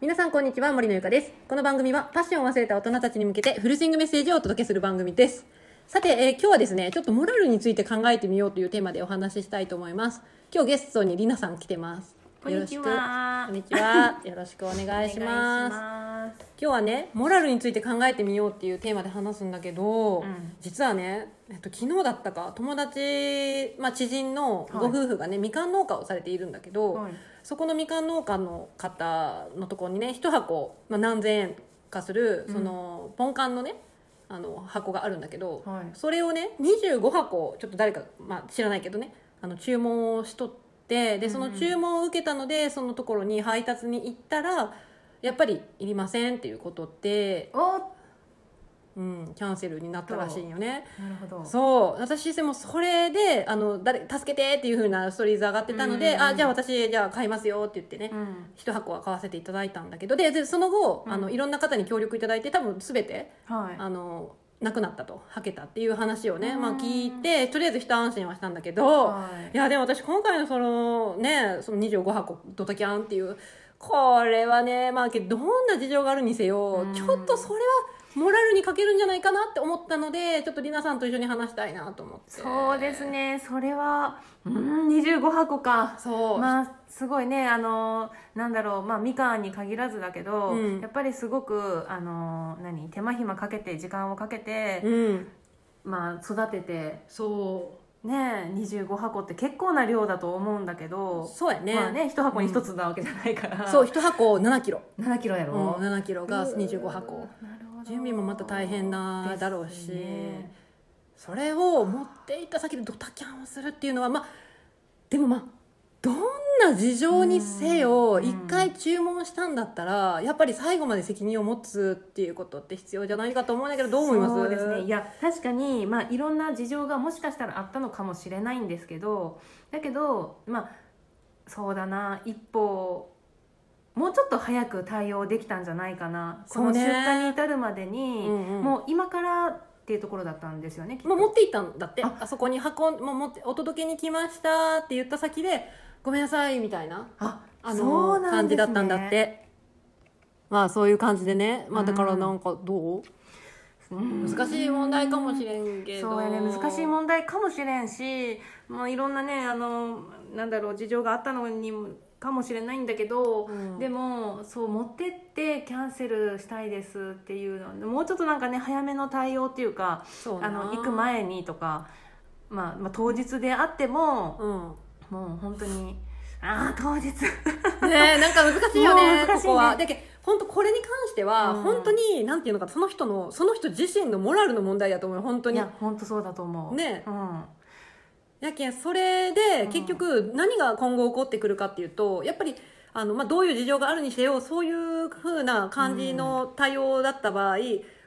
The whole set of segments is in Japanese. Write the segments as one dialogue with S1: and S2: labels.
S1: 皆さんこんにちは森のゆかですこの番組はパッションを忘れた大人たちに向けてフルスイングメッセージをお届けする番組ですさて、えー今日はですねちょっとモラルについて考えてみようというテーマでお話ししたいと思います今日ゲストにりなさん来てます
S2: こんにちは
S1: よろしくこんにち はよろしくお願いします
S2: ます。
S1: 今日はねモラルについて考えてみようっていうテーマで話すんだけど、
S2: うん
S1: 実はね、えっと、昨日だったか友達、まあ、知人のご夫婦がね、みかん農家をされているんだけど、
S2: はい
S1: そこのみかん農家の方のところにね一箱、まあ、何千円かするその、ポンカンのねあの箱があるんだけど、
S2: はい
S1: それをね25箱ちょっと誰か、まあ、知らないけどねあの注文をしとってでその注文を受けたので、そのところに配達に行ったらやっぱりいりませんっていうことで、
S2: お、
S1: うん、キャンセルになったらしいんよね。
S2: なるほど。
S1: そう私でもそれであの誰助けてっていう風なストーリーズ上がってたので、
S2: うん
S1: あじゃあ私じゃあ買いますよって言ってね、
S2: うん。
S1: 一箱は買わせていただいたんだけどででその後、
S2: うん
S1: あのいろんな方に協力いただいて多分全て
S2: は
S1: あのなくなったとはけたっていう話をね、
S2: うん
S1: まあ、聞いてとりあえず一安心はしたんだけ
S2: い。
S1: ど、
S2: は
S1: い
S2: い
S1: やでも私今回のそのねその25箱ドタキャンっていうこれはねまあけどどんな事情があるにせよ、
S2: うん
S1: ちょっとそれはモラルに欠けるんじゃないかなって思ったのでちょっとりなさんと一緒に話したいなと思って
S2: そうですね。それは、うん、二十五箱か。
S1: そう、
S2: まあすごいねあのなんだろうまあみかんに限らずだけど、
S1: うん
S2: やっぱりすごくあの何手間暇かけて時間をかけて、
S1: うん
S2: まあ育てて
S1: そ
S2: ね二十五箱って結構な量だと思うんだけ
S1: う
S2: ど、
S1: そうやね,、
S2: まあね一箱に一つなわけじゃないから、
S1: そう一箱7キロ、
S2: 七キロやろ。
S1: うん、7キロが25
S2: う
S1: 箱
S2: んなるほど
S1: 準備もまた大変なだろうし、
S2: ですね
S1: それを持っていった先でドタキャンをするっていうのはまあでもまあどんな事情にせ
S2: う
S1: よ
S2: ん
S1: 一回注文したんだったらやっぱり最後まで責任を持つっていうことって必要じゃないかと思うんだけどどう思います
S2: そうですねいや確かに、まあ、いろんな事情がもしかしたらあったのかもしれないんですけどだけどまあそうだな一歩もうちょっと早く対応できたんじゃないかな、こ
S1: そう
S2: の
S1: ね
S2: 出荷に至るまでに、
S1: うんうん
S2: もう今からっていうところだったんですよねきっと
S1: もう持っていったんだってあ
S2: あ
S1: そこに箱もう持ってお届けに来ましたって言った先でごめんなさいみたいな
S2: あ
S1: あ
S2: そ
S1: の
S2: うなんですね
S1: 感じだったんだってまあそういう感じでねまあだからなんかどう
S2: うん
S1: 難しい問題かもしれんけど
S2: そうやね難しい問題かもしれんし、まあ、いろんなねあのなんだろう事情があったのにもかもしれないんだけど、
S1: うん
S2: でもそう持ってってキャンセルしたいですっていうのもうちょっとなんかね早めの対応っていうか
S1: そうな
S2: あの行く前にとか、まあ、まあ当日であっても、
S1: うん
S2: もう本当にああ当日
S1: ね えなんか難しいよね
S2: もう難しいね
S1: ここはだけど本当これに関しては、
S2: うん
S1: 本当になんていうのかその人のその人自身のモラルの問題だと思う本当
S2: い
S1: に
S2: や本当そうだと思う
S1: ね
S2: うん
S1: やけんそれで
S2: うん
S1: 結局何が今後起こってくるかっていうとやっぱりあの、まあ、どういう事情があるにせよそういうふうな感じの対応だった場合、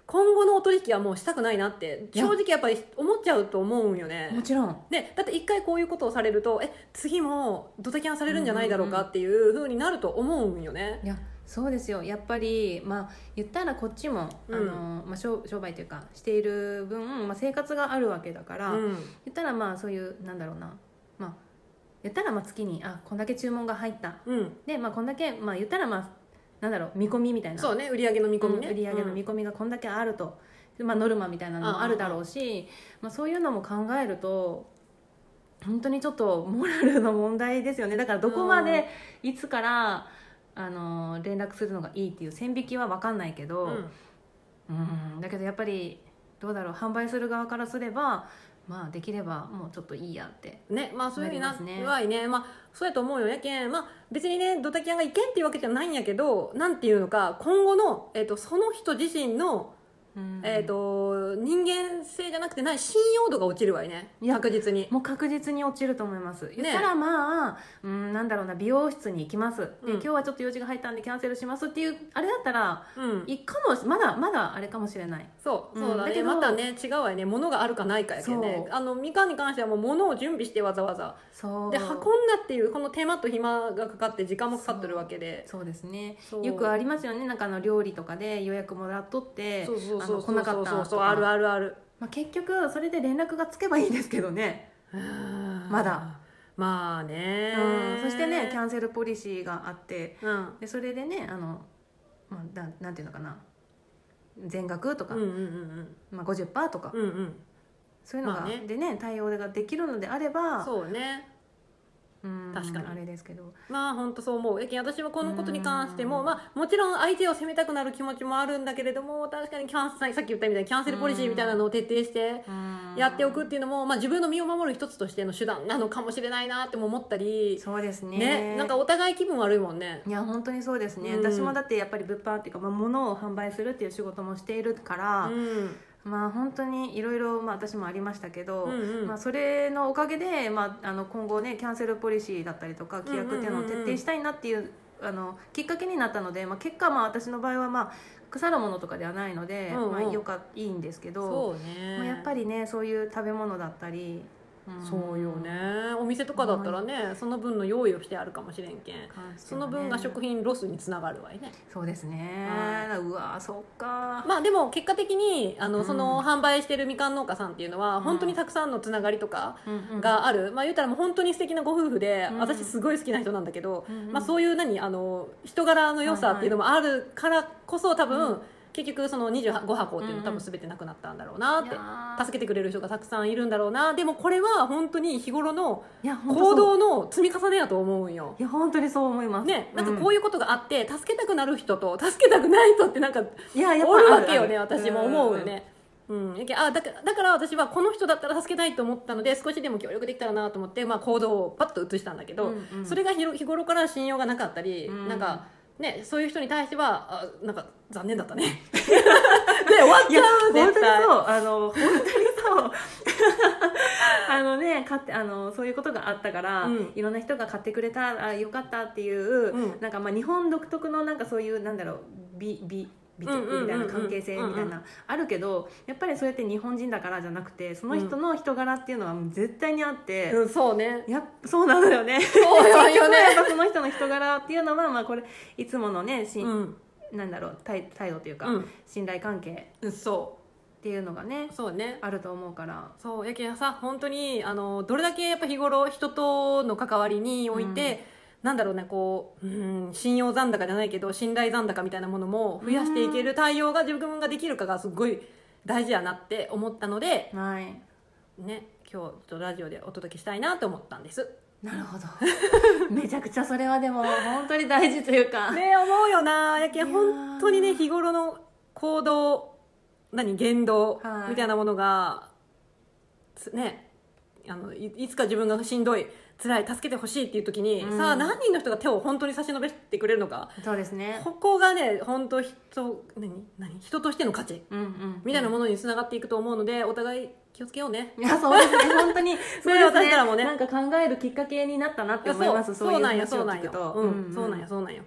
S1: 今後のお取引はもうしたくないなって
S2: いや
S1: 正直やっぱり思っちゃうと思うんよね
S2: もちろん
S1: ね、だって一回こういうことをされるとえ次もドタキャンされるんじゃないだろうかっていうふうになると思うんよね
S2: いやそうですよやっぱりまあ言ったらこっちも、
S1: うん
S2: あのまあ、商商売というかしている分、まあ、生活があるわけだから、
S1: うん
S2: 言ったらまあそういうなんだろうなまあ言ったらまあ月にあこんだけ注文が入った
S1: うん
S2: でまあこんだけまあ言ったらまあなんだろう見込みみたいな
S1: そうね売り上げの見込みね、
S2: うん売り上げの見込みがこんだけあると、でまあノルマみたいなのもあるだろうし、まあ、そういうのも考えると本当にちょっとモラルの問題ですよねだからどこまでいつからあの連絡するのがいいっていう線引きは分かんないけど、
S1: うん
S2: うんだけどやっぱりどうだろう販売する側からすればまあできればもうちょっといいやって
S1: ねまあそういうふうにな
S2: なりますね
S1: うわいねまあそうやと思うよやけんまあ別にねドタキャンがいけんっていうわけじゃないんやけどなんていうのか今後の、えっとその人自身の、
S2: うん
S1: えっと人間性じゃなくてない信用度が落ちるわいね
S2: いや
S1: 確実に
S2: もう確実に落ちると思います言ったらまあ、うん、なんだろうな美容室に行きますで、
S1: うん
S2: 今日はちょっと用事が入ったんでキャンセルしますっていうあれだったら
S1: うん
S2: いいかもしまだまだあれかもしれない
S1: そう
S2: うん
S1: そうだね、
S2: だけど
S1: またね違うわいね物があるかないかやけんね
S2: そう
S1: あのみかんに関してはもう物を準備してわざわざ
S2: そう
S1: で運んだっていうこの手間と暇がかかって時間もかかってるわけで
S2: そうですね
S1: そう
S2: よくありますよねなんかあの料理とかで予約もらっとって
S1: そうそうそう
S2: あの来なかった
S1: そう
S2: と
S1: そう
S2: か
S1: あるあるある
S2: まあ、結局それで連絡がつけばいいんですけ どね、
S1: ま
S2: まだ
S1: まあね
S2: うん、そしてねキャンセルポリシーがあって
S1: うん
S2: でそれでねあのまあ、だなんていうのかな全額とか、
S1: うんうんうん
S2: まあ、50%とか、
S1: うんうんうん
S2: そういうのが、
S1: まあね
S2: でね対応ができるのであれば
S1: そうね
S2: うん
S1: 確かに
S2: あれですけど
S1: まあ本当そう思う。え私はこのことに関しても、
S2: うん
S1: まあもちろん相手を責めたくなる気持ちもあるんだけれども、確かにキャンセル、さっき言ったみたいにキャンセルポリシーみたいなのを徹底してやっておくっていうのも、まあ自分の身を守る一つとしての手段なのかもしれないなっても思ったり、
S2: そうですね
S1: ね、なんかお互い気分悪いもんね。
S2: いや本当にそうですね、
S1: うん
S2: 私もだってやっぱり物販っていうか、まあ、物を販売するっていう仕事もしているか
S1: う
S2: ら、
S1: ん。
S2: まあ本当にいろいろまあ私もありましたけど、
S1: うんうん
S2: まあ、それのおかげで、まあ、あの今後ねキャンセルポリシーだったりとか規約っていうのを徹底したいなっていう,、あのきっかけになったので、まあ、結果まあ私の場合はまあ腐るものとかではないので、
S1: うんうん
S2: まあ、よかいいんですけど、
S1: そうね。
S2: まあ、やっぱりねそういう食べ物だったり、ん
S1: そうよね。お店とかだったらね、その分の用意をしてあるかもしれんけん。
S2: 関して
S1: そ
S2: はね
S1: の分が食品ロスにつながるわいね。
S2: そうですね
S1: は
S2: うわーそっか
S1: まあでも結果的にあ
S2: う
S1: の
S2: ん
S1: その販売してるみかん農家さんっていうのは
S2: ん
S1: 本当にたくさんのつながりとか
S2: うんうん
S1: がある、まあ言うたらもう本当に素敵なご夫婦で、
S2: うん
S1: 私すごい好きな人なんだけど、
S2: うんうん
S1: まあそういう何あの人柄の良さっていうのもあるからこそ多分、結局その25箱っていうの多分全てなくなったんだろうなって
S2: いやー
S1: 助けてくれる人がたくさんいるんだろうなでもこれは本当に日頃の
S2: いや本当そ
S1: 行
S2: う
S1: 動の積み重ねやと思うんよ
S2: い。や本当にそう思います
S1: ね、なんか
S2: う
S1: こういうことがあって、助けたくなる人と助けたくない人ってなんか
S2: いややっぱ
S1: お
S2: あ
S1: る
S2: る
S1: わけよね
S2: ある
S1: 私も思うよねうん、やけあだかだから私はこの人だったら助けたいと思ったので少しでも協力できたらなと思って、まあ、行動をパッと移したんだけど、
S2: うんうん
S1: それがひろ日頃から信用がなかったり、
S2: うん
S1: なんか、ね、そういう人に対してはあなんか残念だ ったねで終わっ
S2: い
S1: ち
S2: や
S1: ゃう
S2: 本
S1: 絶
S2: 当に
S1: 対
S2: そうあの本当にそう あのね買ってあのそういうことがあったから、
S1: うん
S2: いろんな人が買ってくれたあよかったっていう、
S1: うん
S2: なんかまあ日本独特のなんかそういうなんだろう美美美
S1: うんうんうんうん
S2: 徳みたいな関係性みたい
S1: うんう
S2: なあるけどやっぱりそうやって日本人だからじゃなくてその人の人柄っていうのはもう絶対にあって、
S1: うんそうね
S2: やっそうなのよね
S1: そうよ よ
S2: やっ
S1: ね、
S2: ぱその人の人柄っていうのは、まあ、これいつものねし、
S1: うん
S2: なんだろう態態度というか、
S1: うん
S2: 信頼関係っ
S1: うん、そ
S2: ていうのがね
S1: うそうね
S2: あると思うから
S1: そうやけんさ本当にあのどれだけやっぱ日頃人との関わりにおいて、なんだろうねこう、うん、信用残高じゃないけど信頼残高みたいなものも増やしていける対応が自分ができるかがすごい大事やなって思ったので
S2: はい
S1: ね今日ちょっとラジオでお届けしたいなと思ったんです。
S2: なるほ どめちゃくちゃそれはでも本当に大事というか、
S1: ね思うよなやけん
S2: いやー
S1: 本当にね日頃の行動何言動
S2: はい
S1: みたいなものが、つねあのいいつか自分がしんどい辛い助けてほしいっていう時に、
S2: うん
S1: さあ何人の人が手を本当に差し伸べてくれるのか
S2: そうですね
S1: ここがね本当人何何人としての価値
S2: うんうん
S1: みたいなものにつながっていくと思うので、お互い気をつけようね。
S2: いやそうですね本当に
S1: それ
S2: そうです
S1: 私らもね
S2: なんか考えるきっかけになったなって思います
S1: そう
S2: そう
S1: そう
S2: いう
S1: なんや
S2: 話
S1: そう
S2: を
S1: なん
S2: 聞く
S1: や
S2: と
S1: うんそうなんやそうなんや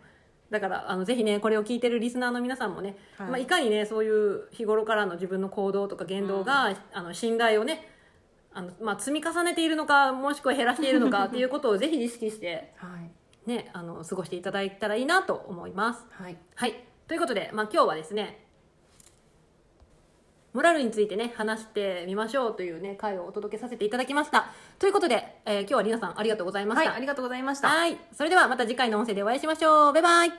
S1: だからあのぜひねこれを聞いてるリスナーの皆さんもね、
S2: はい
S1: いまあ、いかにねそういう日頃からの自分の行動とか言動が、あの信頼をねあの、まあ、積み重ねているのかもしくは減らしているのかっていうことをぜひ意識して、
S2: はい
S1: ね、あの過ごしていただいたらいいなと思います。
S2: はい
S1: はい、ということで、まあ、今日はですねモラルについてね話してみましょうというね回をお届けさせていただきましたということで、えー今日はりなさんありがとうございまし
S2: はい
S1: た、
S2: ありがとうございました
S1: はい。それではまた次回の音声でお会いしましょう。バイバイ。